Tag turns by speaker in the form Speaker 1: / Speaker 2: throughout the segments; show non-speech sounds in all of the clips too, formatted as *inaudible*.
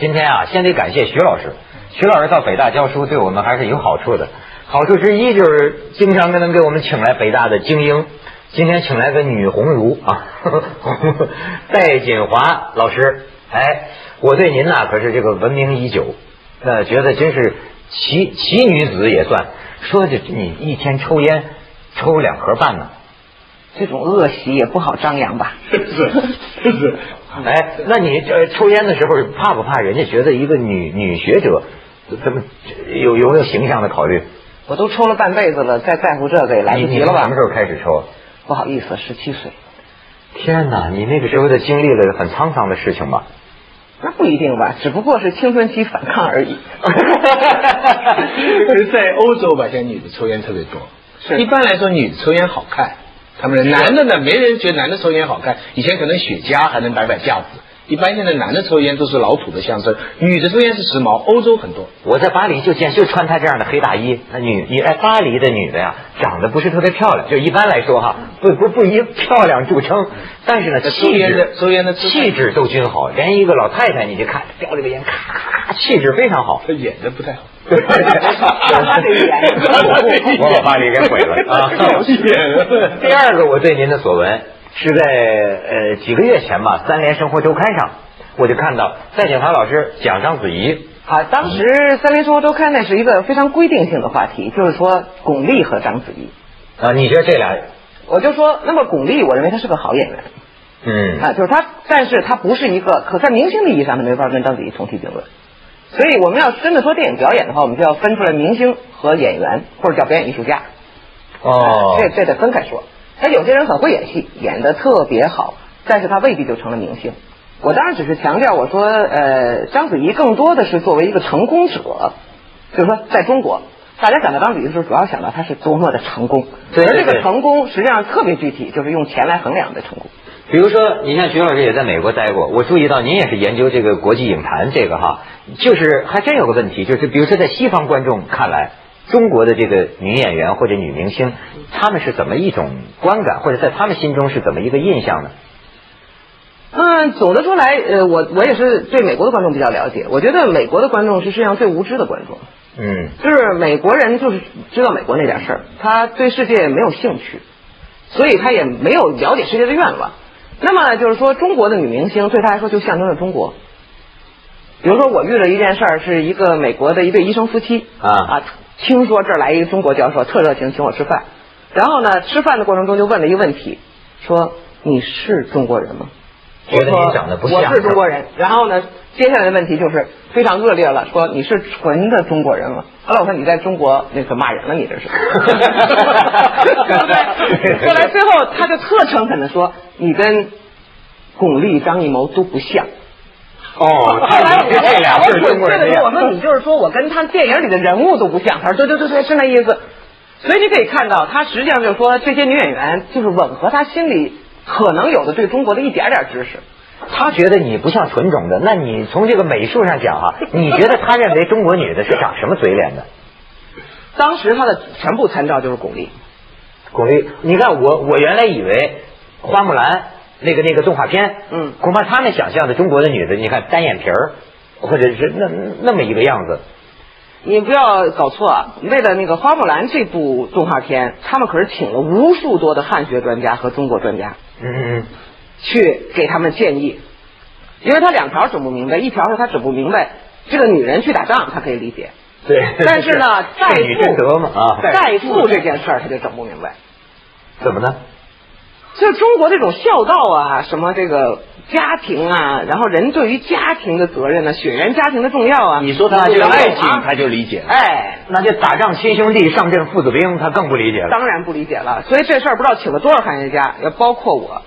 Speaker 1: 今天啊，先得感谢徐老师。徐老师到北大教书，对我们还是有好处的。好处之一就是经常能给我们请来北大的精英。今天请来个女鸿儒啊， *laughs* 呵呵戴锦华老师。哎，我对您呐、可是这个闻名已久，呃，觉得真是奇奇女子也算。说这你一天抽烟抽两盒半呢，
Speaker 2: 这种恶习也不好张扬吧？
Speaker 3: *laughs* 是是，
Speaker 1: 哎，那你这抽烟的时候怕不怕人家觉得一个女女学者怎么有有没有形象的考虑？
Speaker 2: 我都抽了半辈子了，再在乎这个也来
Speaker 1: 你
Speaker 2: 不
Speaker 1: 你
Speaker 2: 及
Speaker 1: 从
Speaker 2: 了
Speaker 1: 什么？
Speaker 2: 吧
Speaker 1: 时候开始抽啊？
Speaker 2: 不好意思，十七岁，
Speaker 1: 天哪，你那个时候的经历了很沧桑的事情吧？
Speaker 2: 那不一定吧，只不过是青春期反抗而
Speaker 3: *laughs*
Speaker 2: 已。
Speaker 3: 在欧洲吧，现在女的抽烟特别多。
Speaker 2: 是
Speaker 3: 一般来说，女的抽烟好看，他们男的呢，没人觉得男的抽烟好看。以前可能雪茄还能摆摆架子，一般现在男的抽烟都是老土的象征，女的抽烟是时髦。欧洲很多，
Speaker 1: 我在巴黎就见，就穿她这样的黑大衣，那女你哎，巴黎的女的呀，长得不是特别漂亮，就一般来说哈，不不不以漂亮著称，但是呢，
Speaker 3: 抽
Speaker 1: 气
Speaker 3: 烟的
Speaker 1: 质
Speaker 3: 抽烟的姿态
Speaker 1: 气质都均好，连一个老太太你就看叼着个烟，咔，气质非常好。
Speaker 3: 她演的不太好。
Speaker 1: *laughs*
Speaker 2: 他得演
Speaker 1: 我把巴黎给毁
Speaker 2: *laughs*
Speaker 1: 了啊！ *laughs* 第二个，我对您的所闻是在呃几个月前吧，《三联生活周刊》上，我就看到戴锦华老师讲章子怡，
Speaker 2: 啊，当时《三联生活周刊》那是一个非常规定性的话题，就是说巩俐和章子怡。
Speaker 1: 啊，你觉得这俩，
Speaker 2: 我就说，那么巩俐，我认为她是个好演员
Speaker 1: 嗯，
Speaker 2: 啊，就是她，但是她不是一个可在明星的意义上，她没法跟章子怡同体并论。所以我们要真的说电影表演的话，我们就要分出来明星和演员，或者叫表演艺术家。
Speaker 1: 哦，
Speaker 2: 啊这这得分开说。他有些人很会演戏，演的特别好，但是他未必就成了明星。我当然只是强调，我说，呃，章子怡更多的是作为一个成功者，就是说，在中国，大家想到章子怡的时候，主要想到她是多么的成功，
Speaker 1: 对对
Speaker 2: 而
Speaker 1: 对
Speaker 2: 这
Speaker 1: 嗯
Speaker 2: 个成功实际上特别具体，就是用钱来衡量的成功。
Speaker 1: 比如说，你像徐老师也在美国待过，我注意到您也是研究这个国际影坛这个哈，就是还真有个问题，就是比如说在西方观众看来，中国的这个女演员或者女明星，她们是怎么一种观感，或者在他们心中是怎么一个印象呢？
Speaker 2: 嗯，总的说来，呃，我我也是对美国的观众比较了解，我觉得美国的观众是世界上最无知的观众，
Speaker 1: 嗯，
Speaker 2: 就是美国人就是知道美国那点事儿，他对世界没有兴趣，所以他也没有了解世界的愿望。那么就是说，中国的女明星对他来说就象征着中国。比如说，我遇了一件事儿，是一个美国的一对医生夫妻
Speaker 1: 啊
Speaker 2: 啊，听说这儿来一个中国教授，特热情请我吃饭。然后呢，吃饭的过程中就问了一个问题，说你是中国人吗？
Speaker 1: 觉得
Speaker 2: 我
Speaker 1: 您
Speaker 2: 说
Speaker 1: 长得不像
Speaker 2: 我是中国人。然后呢，接下来的问题就是非常恶劣了，说你是纯的中国人吗？后来我说你在中国那个骂人了，
Speaker 1: *laughs*
Speaker 2: 你这是。对不对？后来最后他就特诚恳的说，你跟巩俐、张艺谋都不像。
Speaker 1: 哦 *laughs*
Speaker 2: 后来我
Speaker 1: 这俩
Speaker 2: 我
Speaker 1: 是中
Speaker 2: 准
Speaker 1: 国
Speaker 2: 确
Speaker 1: 人
Speaker 2: 的
Speaker 1: 的
Speaker 2: 说，我
Speaker 1: 样
Speaker 2: 说你就是说我跟他电影里的人物都不像。他说对对对对，是那意思。所以你可以看到，他实际上就是说这些女演员就是吻合他心里可能有的对中国的一点点知识。
Speaker 1: 他觉得你不像纯种的，那你从这个美术上讲哈，你觉得他认为中国女的是长什么嘴脸的？
Speaker 2: 当时他的全部参照就是巩俐，
Speaker 1: 巩俐，你看我我原来以为花木兰那个那个动画片，
Speaker 2: 嗯
Speaker 1: 恐怕他们想象的中国的女的，你看单眼皮儿，或者是那那么一个样子，
Speaker 2: 你不要搞错，啊！为了那个《花木兰》这部动画片，他们可是请了无数多的汉学专家和中国专家
Speaker 1: 嗯，
Speaker 2: 去给他们建议，因为他两条整不明白，一条是他整不明白这个女人去打仗，他可以理解，
Speaker 1: 对。，
Speaker 2: 但是呢
Speaker 1: *laughs* 妇女之
Speaker 2: 代
Speaker 1: 德
Speaker 2: 父
Speaker 1: 嘛啊，
Speaker 2: 代父这件事儿他就整不明白，
Speaker 1: 怎么呢？
Speaker 2: 就是中国这种孝道啊，什么这个家庭啊，然后人对于家庭的责任呢、血缘家庭的重要啊，
Speaker 3: 你说他
Speaker 2: 这
Speaker 3: 有
Speaker 2: 个
Speaker 3: 爱情，他就理解了。
Speaker 2: 啊哎。
Speaker 1: 那就打仗亲兄弟，上阵父子兵，他更不理解了。
Speaker 2: 当然不理解了。所以这事儿不知道请了多少汉学家，也包括我，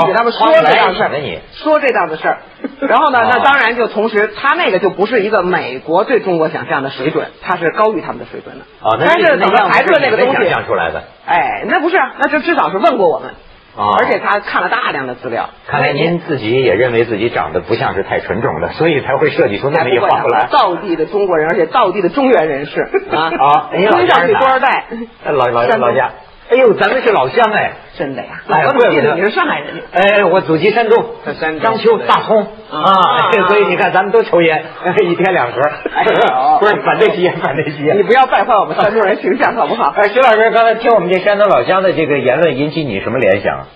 Speaker 2: 去给他们说
Speaker 1: 哦
Speaker 2: 这档事
Speaker 1: 花木
Speaker 2: 儿
Speaker 1: 兰也请了你，
Speaker 2: 说这档子
Speaker 1: *laughs*
Speaker 2: 事儿。然后呢，
Speaker 1: 哦
Speaker 2: 那当然就同时，他那个就不是一个美国对中国想象的水准，他是高于他们的水准的。
Speaker 1: 啊，那
Speaker 2: 但是
Speaker 1: 那
Speaker 2: 怎么还
Speaker 1: 样子
Speaker 2: 是那个
Speaker 1: 你没
Speaker 2: 东西
Speaker 1: 想？象出来的。
Speaker 2: 哎，那不是，那就至少是问过我们，
Speaker 1: 哦
Speaker 2: 而且他看了大量的资料。哎
Speaker 1: 看来您自己也认为自己长得不像是太纯种的，所以才会设计出那
Speaker 2: 才
Speaker 1: 么一
Speaker 2: 不会
Speaker 1: 画
Speaker 2: 啊
Speaker 1: 出来。
Speaker 2: 道地的中国人，而且道地的中原人士啊
Speaker 1: 啊，您老
Speaker 2: 追
Speaker 1: 家
Speaker 2: 上
Speaker 1: 是
Speaker 2: 去
Speaker 1: 哪儿
Speaker 2: 多少代？
Speaker 1: 哎老老
Speaker 2: 山东
Speaker 1: 老家。哎呦，咱们是老乡哎，
Speaker 2: 真的呀，
Speaker 1: 哎
Speaker 2: 老
Speaker 1: 呀，
Speaker 2: 这
Speaker 1: 怪
Speaker 2: 么
Speaker 1: 不
Speaker 2: 近
Speaker 1: 得
Speaker 2: 的，你是上海人，
Speaker 1: 哎，我祖籍山东
Speaker 3: 在山，东
Speaker 1: 章丘大通啊， *laughs*
Speaker 2: 啊
Speaker 1: 所以你看咱们都抽烟， *laughs* 一天两盒
Speaker 2: 哎呦，
Speaker 1: *laughs* 不是反对吸烟，反对吸烟。
Speaker 2: 你不要败坏我们山东人形象好不
Speaker 3: *laughs*
Speaker 2: 好？
Speaker 1: 哎，徐老师，刚才听我们这山东老乡的这个言论，引起你什么联想？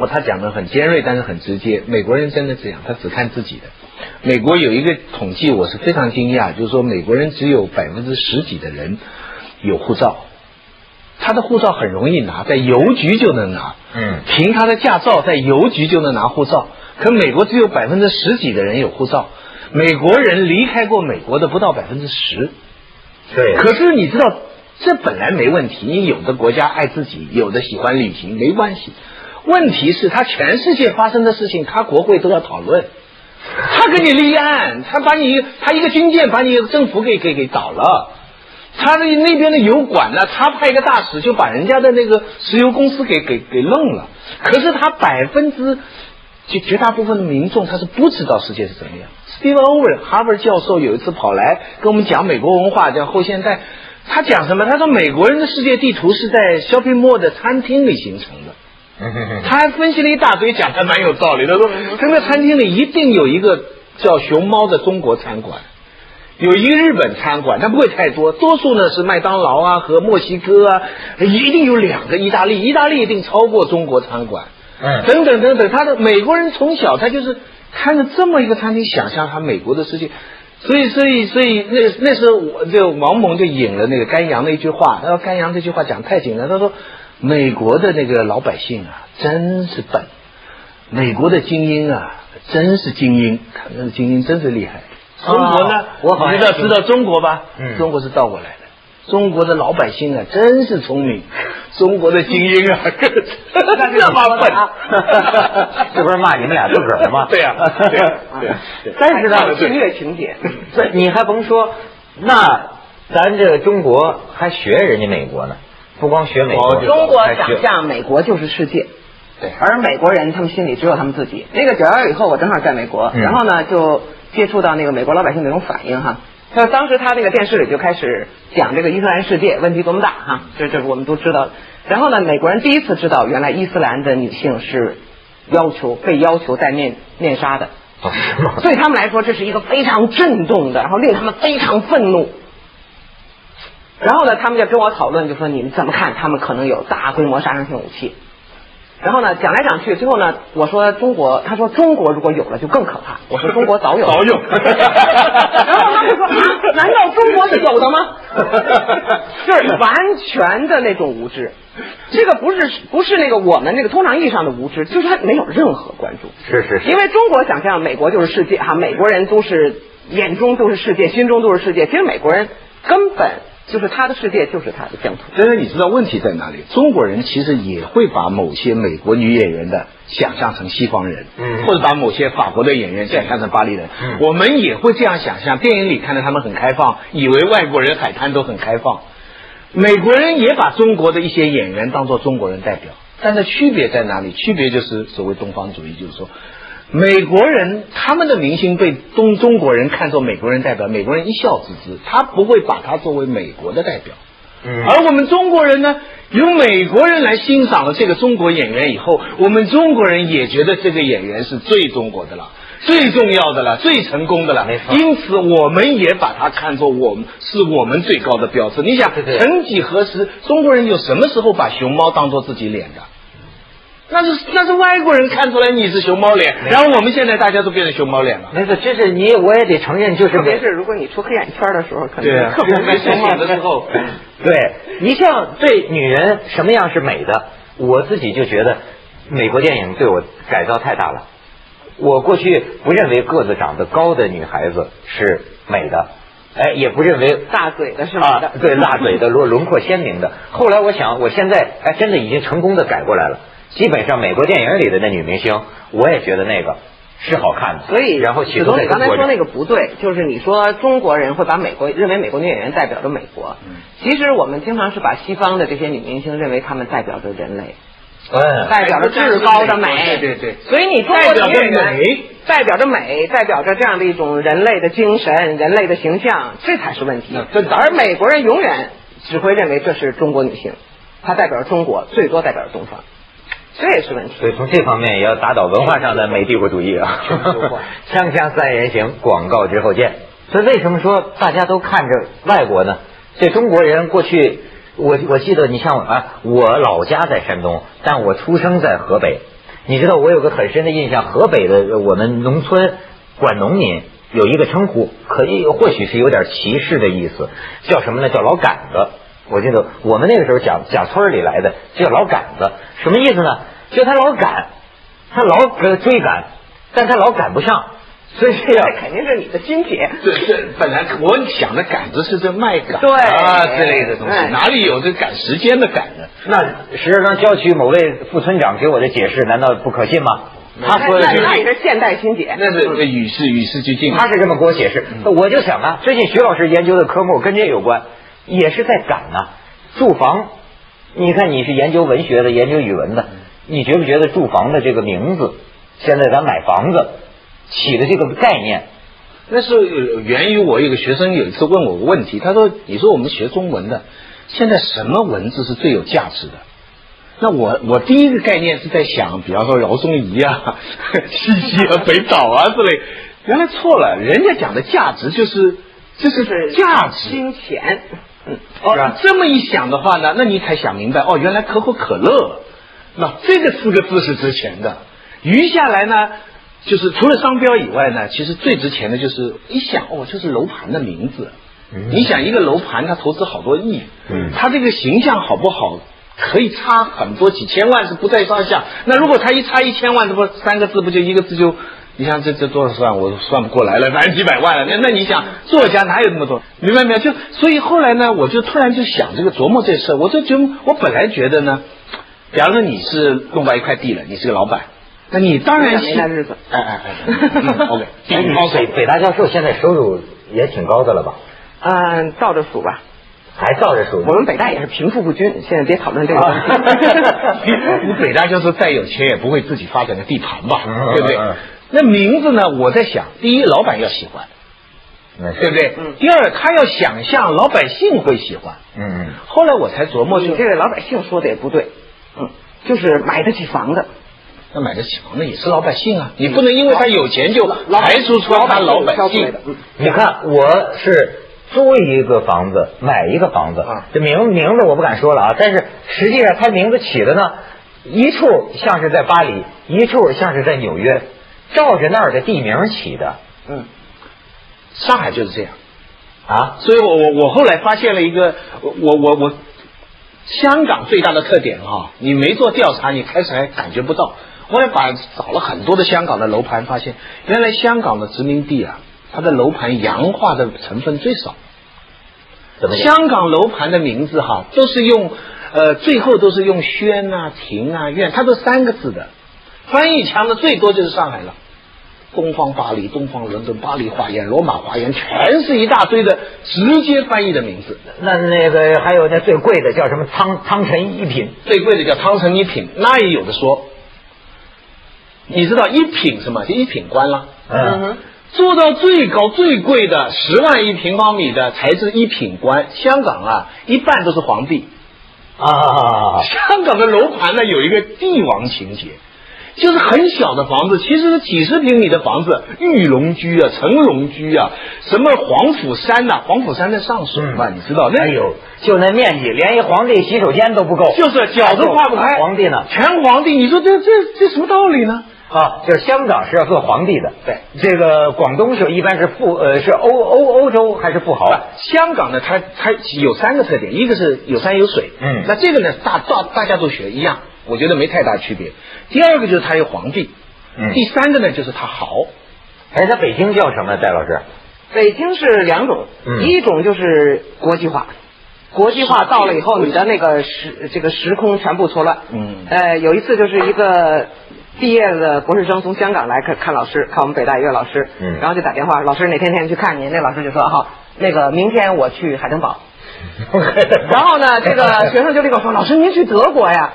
Speaker 3: 我他讲的很尖锐，但是很直接。美国人真的这样，他只看自己的。美国有一个统计，我是非常惊讶，就是说美国人只有百分之十几的人有护照，他的护照很容易拿，在邮局就能拿。
Speaker 1: 嗯
Speaker 3: 凭他的驾照在邮局就能拿护照，可美国只有百分之十几的人有护照。美国人离开过美国的不到百分之十。
Speaker 1: 对
Speaker 3: 可是你知道，这本来没问题。你有的国家爱自己，有的喜欢旅行，没关系。问题是，他全世界发生的事情，他国会都要讨论。他给你立案，他把你，他一个军舰把你政府给给给倒了。他的那边的油管呢，他派一个大使就把人家的那个石油公司给给给弄了。可是他百分之绝绝大部分的民众他是不知道世界是怎么样。Steve Owen 哈佛教授有一次跑来跟我们讲美国文化，讲后现代。他讲什么？他说美国人的世界地图是在 shopping mall 的餐厅里形成的。
Speaker 1: 嗯
Speaker 3: 他还分析了一大堆，讲的蛮有道理的。说真的，餐厅里一定有一个叫熊猫的中国餐馆，有一个日本餐馆，但不会太多，多数呢是麦当劳啊和墨西哥啊，一定有两个意大利，意大利一定超过中国餐馆。
Speaker 1: 嗯
Speaker 3: 等等等等，他的美国人从小他就是看着这么一个餐厅，想象他美国的世界。所以，所以，所以，那那时候我就王蒙就引了那个甘阳的一句话，他说甘阳这句话讲得太紧了，他说美国的那个老百姓啊，真是笨，美国的精英啊，真是精英，他们的精英真是厉害。中国呢
Speaker 1: 啊，我好像
Speaker 3: 你知道
Speaker 1: 听
Speaker 3: 知道中国吧？
Speaker 1: 嗯
Speaker 3: 中国是倒过来的，中国的老百姓啊，真是聪明，中国的精英啊，更这么笨。
Speaker 1: *laughs* 这
Speaker 3: *laughs*
Speaker 1: 不是骂你们俩自个儿的吗？
Speaker 3: 对呀
Speaker 1: *laughs*
Speaker 3: 对呀对呀对呀
Speaker 1: 但是呢
Speaker 2: 还，有音乐情节，
Speaker 1: 这你还甭说，那咱这个中国还学人家美国呢，不光学美国，
Speaker 3: 哦
Speaker 2: 中国
Speaker 1: 还学
Speaker 2: 长相，美国就是世界。
Speaker 3: 对
Speaker 2: 而美国人他们心里只有他们自己。那个九幺幺以后，我正好在美国，
Speaker 1: 嗯
Speaker 2: 然后呢就接触到那个美国老百姓那种反应哈。他当时他那个电视里就开始讲这个伊斯兰世界问题多么大哈，这这我们都知道。然后呢，美国人第一次知道原来伊斯兰的女性是要求被要求戴面面纱的，
Speaker 1: 哦是吗？
Speaker 2: 对他们来说这是一个非常震动的，然后令他们非常愤怒。然后呢，他们就跟我讨论，就说你们怎么看他们可能有大规模杀伤性武器？然后呢，讲来讲去，最后呢，我说中国，他说中国如果有了就更可怕。我说中国早有了，
Speaker 3: 早有 *laughs*
Speaker 2: 然后他们说啊，难道中国是有的吗？
Speaker 3: *laughs*
Speaker 2: 就是完全的那种无知，这个不是不是那个我们那个通常意义上的无知，就是他没有任何关注。
Speaker 1: 是是是
Speaker 2: 因为中国想象美国就是世界哈，美国人都是眼中都是世界，心中都是世界。其实美国人根本就是他的世界就是他的疆土。
Speaker 3: 但是你知道问题在哪里？中国人其实也会把某些美国女演员的想象成西方人，
Speaker 1: 嗯
Speaker 3: 或者把某些法国的演员想象成巴黎人。
Speaker 1: 嗯
Speaker 3: 我们也会这样想象，电影里看到他们很开放，以为外国人海滩都很开放。美国人也把中国的一些演员当做中国人代表，但是区别在哪里？区别就是所谓东方主义，就是说。美国人他们的明星被中中国人看作美国人代表，美国人一笑置之，他不会把他作为美国的代表。
Speaker 1: 嗯
Speaker 3: 而我们中国人呢，由美国人来欣赏了这个中国演员以后，我们中国人也觉得这个演员是最中国的了。最重要的了，最成功的了
Speaker 1: 没，错
Speaker 3: 因此我们也把它看作我们是我们最高的标志。你想，
Speaker 1: 对对
Speaker 3: 曾几何时，中国人有什么时候把熊猫当做自己脸的？那是那是外国人看出来你是熊猫脸，
Speaker 1: 没错
Speaker 3: 然后我们现在大家都变成熊猫脸了。
Speaker 1: 没错，这是你我也得承认，就是
Speaker 2: 特别
Speaker 1: 美
Speaker 2: 是如果你出黑眼圈的时候，可
Speaker 3: 对
Speaker 2: 能
Speaker 3: *laughs* 啊
Speaker 2: 特别
Speaker 3: 没事
Speaker 2: 好
Speaker 3: 的时候
Speaker 1: 对，一向对女人什么样是美的，我自己就觉得美国电影对我改造太大了。我过去不认为个子长得高的女孩子是美的，哎，也不认为
Speaker 2: 大嘴的是吧？
Speaker 1: 啊，对，辣嘴的轮轮廓鲜明的。后来我想，我现在哎，真的已经成功的改过来了。基本上美国电影里的那女明星，我也觉得那个是好看的。
Speaker 2: 所以，
Speaker 1: 然后许
Speaker 2: 许
Speaker 1: 多
Speaker 2: 总，
Speaker 1: 在
Speaker 2: 你
Speaker 1: 中
Speaker 2: 刚才
Speaker 1: 国
Speaker 2: 说
Speaker 1: 里
Speaker 2: 那个不对，就是你说中国人会把美国认为美国女演员代表着美国，
Speaker 1: 嗯
Speaker 2: 其实我们经常是把西方的这些女明星认为她们代表着人类，
Speaker 1: 嗯，
Speaker 2: 代表着至高的美，
Speaker 3: 对对对
Speaker 2: 所以你中国的女演
Speaker 3: 代表着
Speaker 2: 员
Speaker 3: 美
Speaker 2: 代表着美，代表着这样的一种人类的精神、人类的形象，这才是问题
Speaker 3: 那真。的
Speaker 2: 而美国人永远只会认为这是中国女性，它代表中国，最多代表东方，这也是问题。
Speaker 1: 所以从这方面也要打倒文化上的美帝国主义啊
Speaker 2: 全球化！
Speaker 1: *laughs* 锵锵三人行，广告之后见。所以为什么说大家都看着外国呢？这中国人过去，我我记得你像我啊，我老家在山东，但我出生在河北。你知道我有个很深的印象，河北的呃我们农村管农民有一个称呼，可以或许是有点歧视的意思，叫什么呢？叫老杆子。我记得我们那个时候讲讲村儿里来的，叫老杆子，什么意思呢？就他老赶，他老呃追赶，但他老赶不上，所以这
Speaker 3: 啊
Speaker 1: 样 *laughs*
Speaker 2: 这肯定是你的心结。
Speaker 3: 这这本来我想的杆子是这麦秆
Speaker 2: 对
Speaker 3: 啊之类的东西，
Speaker 2: 哎
Speaker 3: 哪里有这赶时间的赶呢？
Speaker 1: 那石家庄郊区某位副村长给我的解释，难道不可信吗？他
Speaker 2: 那
Speaker 1: 说的
Speaker 2: 那
Speaker 1: 是
Speaker 2: 那也是现代心结。
Speaker 3: 那是与时与时俱进啊。
Speaker 1: 他是这么给我解释，我就想啊，最近徐老师研究的科目跟这有关，也是在赶啊。住房，你看你是研究文学的，研究语文的，你觉不觉得住房的这个名字，现在咱买房子起的这个概念，
Speaker 3: 那是呃源于我有个学生有一次问我个问题，他说：“你说我们学中文的，现在什么文字是最有价值的？”那我我第一个概念是在想，比方说饶宗颐啊、 *laughs* 西西啊、北岛啊之类，原来错了，人家讲的价值就是就是价值。
Speaker 2: 金钱，嗯，
Speaker 1: 是吧
Speaker 3: 哦，这么一想的话呢，那你才想明白哦，原来可口可乐，那这个四个字是值钱的。余下来呢，就是除了商标以外呢，其实最值钱的就是一想哦，就是楼盘的名字。
Speaker 1: 嗯
Speaker 3: 你想一个楼盘，它投资好多亿，
Speaker 1: 嗯
Speaker 3: 它这个形象好不好，可以差很多几千万是不在上下。那如果它一差一千万，这不三个字不就一个字就，你想这这多少算我算不过来了，反正几百万了。那那你想作家哪有那么多？明白没有？就所以后来呢，我就突然就想这个琢磨这事儿，我就觉得我本来觉得呢，比方说你是弄到一块地了，你是个老板，那你当然
Speaker 2: 没
Speaker 3: 是
Speaker 2: 那日子
Speaker 3: 哎哎哎嗯，OK，
Speaker 1: 哎，你说北北大教授现在收入也挺高的了吧？
Speaker 2: 嗯，倒着数吧。
Speaker 1: 还照着收入
Speaker 2: 我？们北大也是贫富不均，现在别讨论这个问 *laughs*
Speaker 1: 啊
Speaker 2: 题。
Speaker 3: *laughs* 你北大就是再有钱也不会自己发展个地盘吧，
Speaker 1: 嗯
Speaker 3: 对不对
Speaker 1: 嗯嗯？
Speaker 3: 那名字呢？我在想，第一，老板要喜欢，
Speaker 1: 嗯
Speaker 3: 对不对？
Speaker 2: 嗯
Speaker 3: 第二，他要想象老百姓会喜欢。
Speaker 1: 嗯
Speaker 3: 后来我才琢磨，就
Speaker 2: 你这
Speaker 3: 是
Speaker 2: 个老百姓说的也不对，嗯，就是买得起房的，
Speaker 3: 那买得起房的也是老百姓啊，你不能因为他有钱就
Speaker 2: 嗯老
Speaker 3: 排除出他老百
Speaker 2: 消费
Speaker 3: 姓
Speaker 2: 的。。嗯
Speaker 1: 你看，我是租一个房子，买一个房子
Speaker 3: 啊，
Speaker 1: 这名名字我不敢说了啊，但是实际上他名字起的呢，一处像是在巴黎，一处像是在纽约，照着那儿的地名起的
Speaker 2: 嗯，
Speaker 3: 上海就是这样。
Speaker 1: 啊。
Speaker 3: 所以我我我后来发现了一个，我我我我，香港最大的特点哈、你没做调查，你开始还感觉不到。我也把找了很多的香港的楼盘，发现原来香港的殖民地啊，它的楼盘洋化的成分最少。
Speaker 1: 怎么讲？
Speaker 3: 香港楼盘的名字哈，都是用呃，最后都是用轩啊、庭啊、苑，它都三个字的。翻译强的最多就是上海了，东方巴黎、东方伦敦、巴黎花园、罗马花园，全是一大堆的直接翻译的名字。
Speaker 1: 那那个还有那最贵的叫什么汤汤臣一品，
Speaker 3: 最贵的叫汤臣一品，那也有的说。你知道一品什么？就一品官了。
Speaker 2: 嗯哼
Speaker 3: 做到最高最贵的十万一平方米的才是一品官。香港啊，一半都是皇帝。
Speaker 1: 啊，
Speaker 3: 香港的楼盘呢有一个帝王情节，就是很小的房子，其实是几十平米的房子，玉龙居啊、成龙居啊，什么黄甫山呐、黄甫山在上水嘛，你知道那
Speaker 1: 哎呦，就那面积，连一皇帝洗手间都不够，
Speaker 3: 就是脚都跨不开，
Speaker 1: 皇帝呢？
Speaker 3: 全皇帝，你说这这这什么道理呢？
Speaker 1: 啊，就是香港是要做皇帝的，
Speaker 3: 对，
Speaker 1: 这个广东是一般是富，呃，是欧欧欧洲还是富豪？
Speaker 2: 啊
Speaker 3: 香港呢，它它有三个特点，一个是有山有水，
Speaker 1: 嗯
Speaker 3: 那这个呢，大大大家都学一样，我觉得没太大区别。第二个就是它有皇帝，
Speaker 1: 嗯
Speaker 3: 第三个呢就是它豪，
Speaker 1: 哎，那北京叫什么？戴老
Speaker 2: *laughs*
Speaker 1: 师，
Speaker 2: 北京是两种，
Speaker 1: 嗯
Speaker 2: 一种就是国际化，国际化到了以后，你的那个时这个时空全部错乱。
Speaker 3: 嗯
Speaker 2: 呃，有一次就是一个毕业的博士生从香港来看看老师，看我们北大一个老师，
Speaker 1: 嗯
Speaker 2: 然后就打电话，老师哪天天去看您？那老师就说好，那个明天我
Speaker 1: *laughs*
Speaker 2: 去海登堡。然后呢，这个学生就立刻说：“老师，您去德国呀？”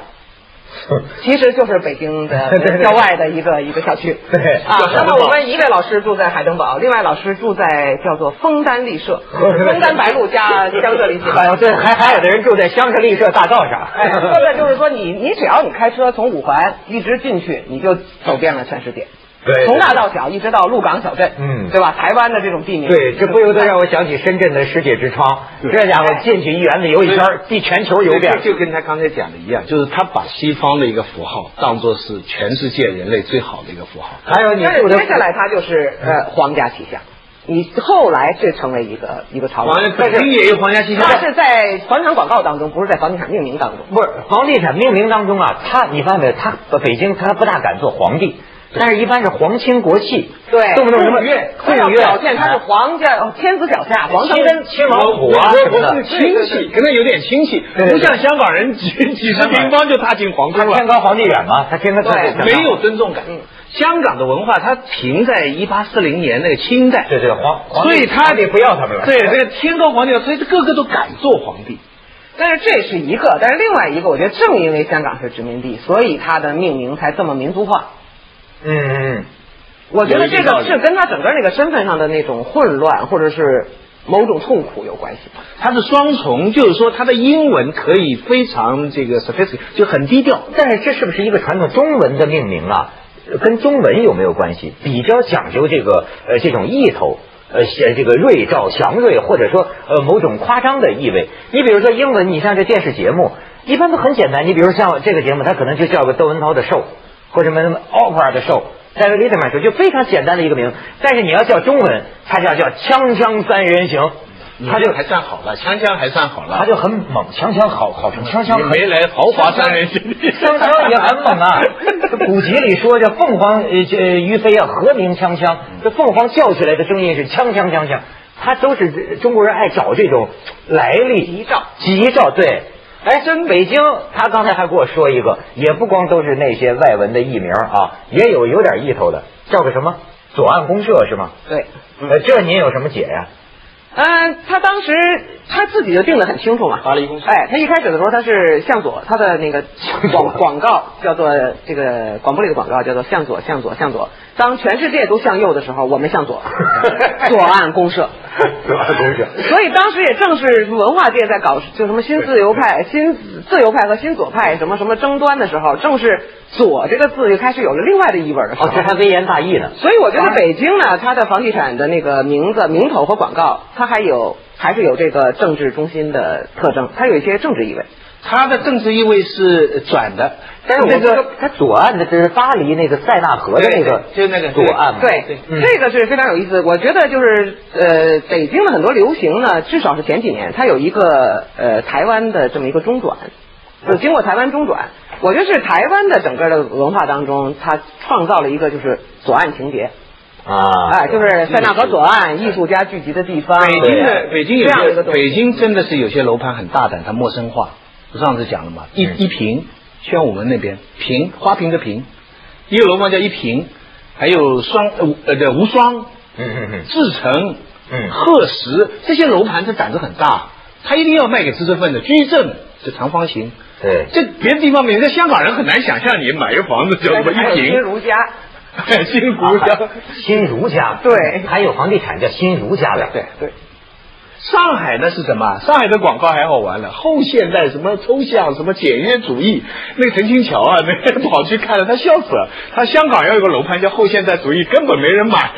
Speaker 2: 其实就是北京
Speaker 1: *laughs*
Speaker 2: 的
Speaker 1: 对对对
Speaker 2: 郊外的一个一 *laughs* 个校区。
Speaker 1: *laughs* 对
Speaker 2: 啊
Speaker 3: 叫海，
Speaker 2: 那
Speaker 3: 登堡
Speaker 2: 么我们一位老师住在海登堡，另外老师住在叫做枫丹丽
Speaker 1: *laughs*
Speaker 2: 舍，枫丹白露加江浙丽舍。
Speaker 1: 还有啊哦
Speaker 2: *laughs*
Speaker 1: 对，还还有的人住在香格里舍大道上。
Speaker 2: 哎，说的就是说你你只要你开车从五环一直进去，你就走遍了全世界，
Speaker 1: *laughs* 对
Speaker 2: 从大到小一直到鹿港小镇，
Speaker 1: 嗯
Speaker 2: 对吧？台湾的这种地名，
Speaker 1: 对，这不由得让我想起深圳的世界之窗，
Speaker 3: 对
Speaker 1: 这家伙进去一园子游一圈儿，地全球游遍。
Speaker 3: 就跟他刚才讲的一样，就是他把西方的一个符号当做是全世界人类最好的一个符号。
Speaker 1: 还有你
Speaker 2: 但是
Speaker 1: 住的嗯
Speaker 2: 接下来它就是呃皇家旗下，你后来这成为一个一个潮流
Speaker 3: 皇家，北京也有皇家旗下
Speaker 2: 它是在房产广告当中，不是在房地产命名当中。
Speaker 1: 不是房地产命名当中啊，他你发现没有，他北京他不大敢做皇帝，但是一般是皇亲国戚，
Speaker 2: 对，
Speaker 1: 动不动什么
Speaker 2: 杜月，
Speaker 1: 杜
Speaker 2: 要
Speaker 1: 月
Speaker 2: 表现
Speaker 1: 啊
Speaker 2: 他是皇家哦天子脚下，皇上跟
Speaker 1: 亲王府啊什
Speaker 3: 我
Speaker 1: 么
Speaker 3: 我
Speaker 1: 的
Speaker 3: 是。亲戚，跟他有点亲戚，
Speaker 1: 对对
Speaker 3: 不像香港人几几十平方就踏进皇
Speaker 1: 他
Speaker 3: 宫
Speaker 1: 天
Speaker 3: 了，
Speaker 1: 高皇帝远嘛，他天高皇帝远嘛
Speaker 3: 没有尊重感
Speaker 2: 嗯。
Speaker 3: 香港的文化它停在一八四零年那个清代，
Speaker 1: 对对皇，皇帝
Speaker 3: 所以他
Speaker 1: 皇帝不要他们了。
Speaker 3: 对，这个天高皇帝远，所以个个都敢做皇帝。
Speaker 2: 但是这是一个，但是另外一个，我觉得正因为香港是殖民地，所以它的命名才这么民族化。
Speaker 1: 嗯嗯嗯。
Speaker 2: 我觉
Speaker 3: 有
Speaker 2: 得
Speaker 3: 一定
Speaker 2: 这
Speaker 3: 道
Speaker 2: 个
Speaker 3: 理
Speaker 2: 是跟他整个那个身份上的那种混乱，或者是某种痛苦有关系。
Speaker 3: 它是双重，就是说它的英文可以非常这个 sophisticated，就很低调。
Speaker 1: 但是这是不是一个传统中文的命名啊？跟中文有没有关系？比较讲究这个呃这种意头。呃，写这个瑞兆祥瑞，或者说呃某种夸张的意味。你比如说英文，你像这电视节目，一般都很简单。你比如像这个节目，它可能就叫个窦文涛的 show，或者什么什么 opera 的 show，戴维·里特曼 show，就非常简单的一个名。但是你要叫中文，它叫叫锵锵三人行，它
Speaker 3: 他
Speaker 1: 就
Speaker 3: 就还算好了，锵锵还算好了，
Speaker 1: 它就很猛，锵锵好好成锵锵
Speaker 3: 你
Speaker 1: 很
Speaker 3: 没来豪华三人
Speaker 1: *laughs*
Speaker 3: 行，
Speaker 1: 锵锵也很猛啊！这古籍里说，这凤凰呃这呃于飞啊，和鸣锵锵，这凤凰叫起来的声音是锵锵锵锵，它都是中国人爱找这种来历
Speaker 2: 吉兆，
Speaker 1: 吉兆对。哎，真北京，他刚才还给我说一个，也不光都是那些外文的译名啊，也有有点意头的，叫个什么左岸公社是吗？
Speaker 2: 对，
Speaker 1: 呃，这您有什么解呀、
Speaker 2: 嗯，他当时他自己就定得很清楚嘛。
Speaker 3: 巴黎公社
Speaker 2: 哎，他一开始的时候他是向左，他的那个
Speaker 1: 左
Speaker 2: 广广告叫做这个广播里的广告叫做向左向左向左。当全世界都向右的时候，我们向左，左岸公社。
Speaker 1: *laughs* 左岸公社
Speaker 2: 所以当时也正是文化界在搞就什么新自由派、新自由派和新左派什么什么争端的时候，正是“左”这个字就开始有了另外的意味的时候。
Speaker 1: 哦，这还微言大义呢。
Speaker 2: 所以我觉
Speaker 3: 啊
Speaker 2: 得北京呢，它的房地产的那个名字、名头和广告，它还有还是有这个政治中心的特征，它有一些政治意味。
Speaker 3: 他的政治意味是转的，
Speaker 1: 但是我
Speaker 3: 这
Speaker 1: 这
Speaker 3: 个
Speaker 1: 个它左岸的这是巴黎那个塞纳河的那个，
Speaker 3: 啊对对就那个
Speaker 1: 左岸嘛。
Speaker 2: 对，
Speaker 1: 嗯
Speaker 2: 这个是非常有意思。我觉得就是呃，北京的很多流行呢，至少是前几年，它有一个呃台湾的这么一个中转，就是经过台湾中转，我觉得是台湾的整个的文化当中，它创造了一个就是左岸情节，
Speaker 1: 啊，
Speaker 2: 哎、就是塞纳河左岸艺术家聚集的地方。
Speaker 3: 嗯北京的
Speaker 2: 对
Speaker 3: 北京有
Speaker 2: 这样一个
Speaker 3: 些
Speaker 2: 东西。
Speaker 3: 北京真的是有些楼盘很大胆，它陌生化。我上次讲了嘛，一
Speaker 1: 嗯
Speaker 3: 一平，宣武门那边平花瓶的瓶，一个楼盘叫一平，还有双呃无呃对无双、
Speaker 1: 嗯嗯嗯，
Speaker 3: 志诚、
Speaker 1: 嗯
Speaker 3: 鹤石这些楼盘，它胆子很大，它一定要卖给知识分子。居正这长方形，
Speaker 1: 对，
Speaker 3: 这别的地方没有，在香港人很难想象你买个房子叫什么
Speaker 2: 还有
Speaker 3: 一
Speaker 2: 新
Speaker 3: 平，
Speaker 2: 儒家，
Speaker 3: 新竹
Speaker 1: 啊
Speaker 3: 江。
Speaker 1: 新儒家，
Speaker 2: 对
Speaker 1: 还有房地产叫新儒家的，
Speaker 3: 对对。上海呢是什么？上海的广告还好玩了，后现代什么抽象，什么简约主义，那个陈清桥啊，那个跑去看了，他笑死了。他香港要有个楼盘叫后现代主义，根本没人买。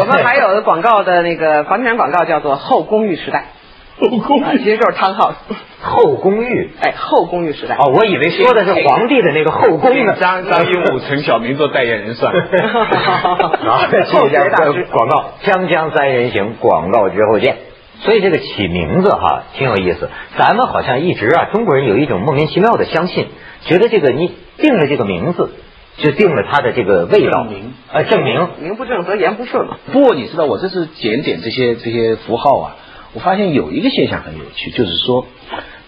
Speaker 2: 我们还有的广告的那个房地产广告叫做“后公寓时
Speaker 3: *laughs*
Speaker 2: 代
Speaker 3: 后”，宫
Speaker 2: 啊，其实就是 town house，
Speaker 1: 后宫寓。
Speaker 2: 哎，后公寓时代。
Speaker 1: 哦，我以为说的是皇帝的那个后宫呢。
Speaker 3: 张张英武、陈晓明做代言人
Speaker 1: *laughs*
Speaker 3: 算
Speaker 1: 啊，
Speaker 3: 了。
Speaker 1: 谢谢大家广告，锵锵三人行，广告之后见。所以这个起名字哈挺有意思，咱们好像一直啊，中国人有一种莫名其妙的相信，觉得这个你定了这个名字，就定了它的这个味道
Speaker 3: 证明，
Speaker 1: 呃，证明。
Speaker 2: 名不正则言不顺嘛。
Speaker 3: 不过你知道，我这次检点这些这些符号啊，我发现有一个现象很有趣，就是说，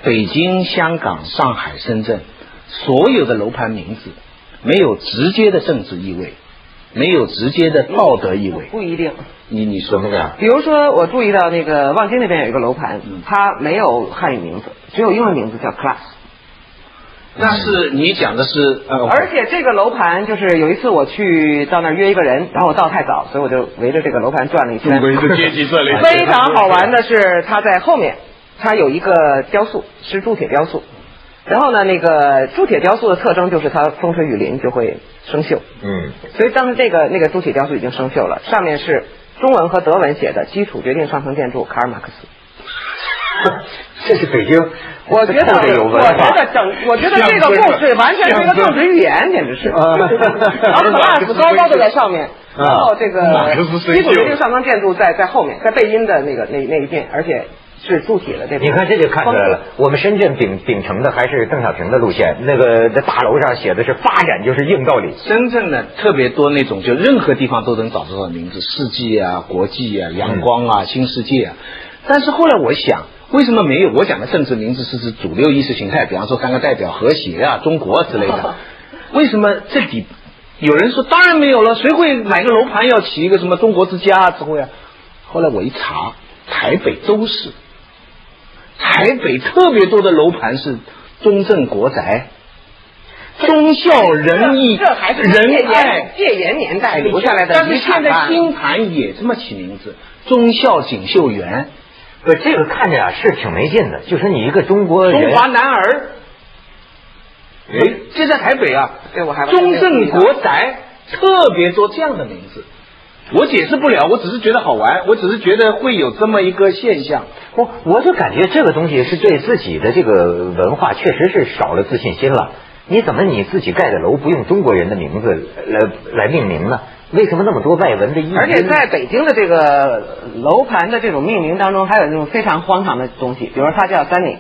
Speaker 3: 北京、香港、上海、深圳所有的楼盘名字没有直接的政治意味，没有直接的道德意味。
Speaker 2: 不一定。
Speaker 3: 你你说
Speaker 1: 怎么讲
Speaker 2: 比如说，我注意到那个望京那边有一个楼盘
Speaker 3: 嗯，
Speaker 2: 它没有汉语名字，只有英文名字叫 Class。
Speaker 3: 那是你讲的是呃，
Speaker 2: 而且这个楼盘就是有一次我去到那儿约一个人，然后我到太早，所以我就围着这个楼盘转了一圈。
Speaker 3: 的阶级这里
Speaker 2: 非常好玩的是，它在后面，它有一个雕塑，是铸铁雕塑。然后呢，那个铸铁雕塑的特征就是它风吹雨淋就会生锈，
Speaker 1: 嗯
Speaker 2: 所以当时这个那个铸铁雕塑已经生锈了，上面是中文和德文写的“基础决定上层建筑”，卡尔马克思。
Speaker 1: *laughs* 这是北京，
Speaker 2: 我觉得，
Speaker 1: 这有
Speaker 2: 我
Speaker 1: 文
Speaker 2: 觉
Speaker 1: 化。
Speaker 2: 得整，我觉得这个故事完全是一个政治预言，简直是。
Speaker 1: 啊
Speaker 2: 然后 flag 高高的在上面，
Speaker 1: 啊
Speaker 2: 然后这个
Speaker 3: 马克思是
Speaker 2: 基础决定上层建筑在在后面，在贝因的那个那那一面，而且是铸铁的这个。
Speaker 1: 你看这就看出来了，我们深圳秉秉承的还是邓小平的路线，那个在大楼上写的是发展就是硬道理。
Speaker 3: 深圳呢，特别多那种，就任何地方都能找得到的名字，世纪啊、国际啊、阳光啊、新世界啊。但是后来我想，为什么没有？我讲的政治名字是指主流意识形态，比方说三个代表、和谐啊、中国之类的。为什么这里有人说当然没有了？谁会哪个楼盘要起一个什么中国之家啊之后呀？后来我一查，台北都是，台北特别多的楼盘是中正国宅。忠孝仁义，
Speaker 2: 这这还是戒
Speaker 3: 仁
Speaker 2: 严
Speaker 3: 爱
Speaker 2: 戒严年代留下来的
Speaker 3: 但是
Speaker 2: 遗产
Speaker 3: 现
Speaker 2: 吧
Speaker 3: 在新盘也这么起名字，忠孝锦绣园，
Speaker 1: 不，这个看着啊是挺没劲的，就说你一个中国人，
Speaker 3: 中华男儿。
Speaker 1: 哎，
Speaker 3: 这在台北啊，
Speaker 2: 对我还完全没
Speaker 3: 中
Speaker 2: 有注意到
Speaker 3: 正国宅特别多这样的名字。我解释不了，我只是觉得好玩，我只是觉得会有这么一个现象。
Speaker 1: 我我就感觉这个东西是对自己的这个文化确实是少了自信心了。你怎么你自己盖的楼不用中国人的名字来来命名呢？为什么那么多外文的译名？
Speaker 2: 而且在北京的这个楼盘的这种命名当中，还有那种非常荒唐的东西，比如说它叫 Sunny，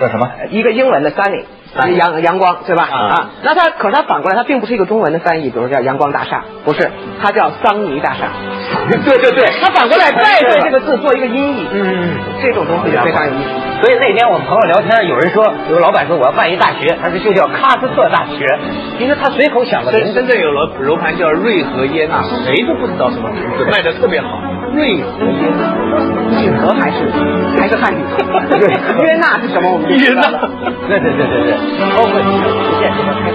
Speaker 1: 叫什么？
Speaker 2: 呃一个英文的 sunny，
Speaker 1: Sunny
Speaker 2: 阳阳光，对吧？
Speaker 1: 啊
Speaker 2: 啊，那它可是它反过来，它并不是一个中文的翻译，比如叫阳光大厦，不是，它叫桑尼大厦。
Speaker 1: *laughs* 对对对，
Speaker 2: 它反过来再对这个字做一个音译，
Speaker 1: 嗯，
Speaker 2: 这种东西就非常有意思。
Speaker 1: 所以那天我们朋友聊天，有人说，有个老板说我要办一大学，他说就叫喀斯特大学，因为他随口想个名
Speaker 3: 深
Speaker 1: 字
Speaker 3: 深。圳有楼楼盘叫瑞和耶纳，谁都不知道什么名字，卖的特别好。瑞和耶纳。
Speaker 2: 锦和还是还是
Speaker 1: *laughs*
Speaker 2: 汉语，
Speaker 1: 对
Speaker 2: 约纳是什么？我们就知道了。
Speaker 1: 对对对对对，包括你实现这个开始。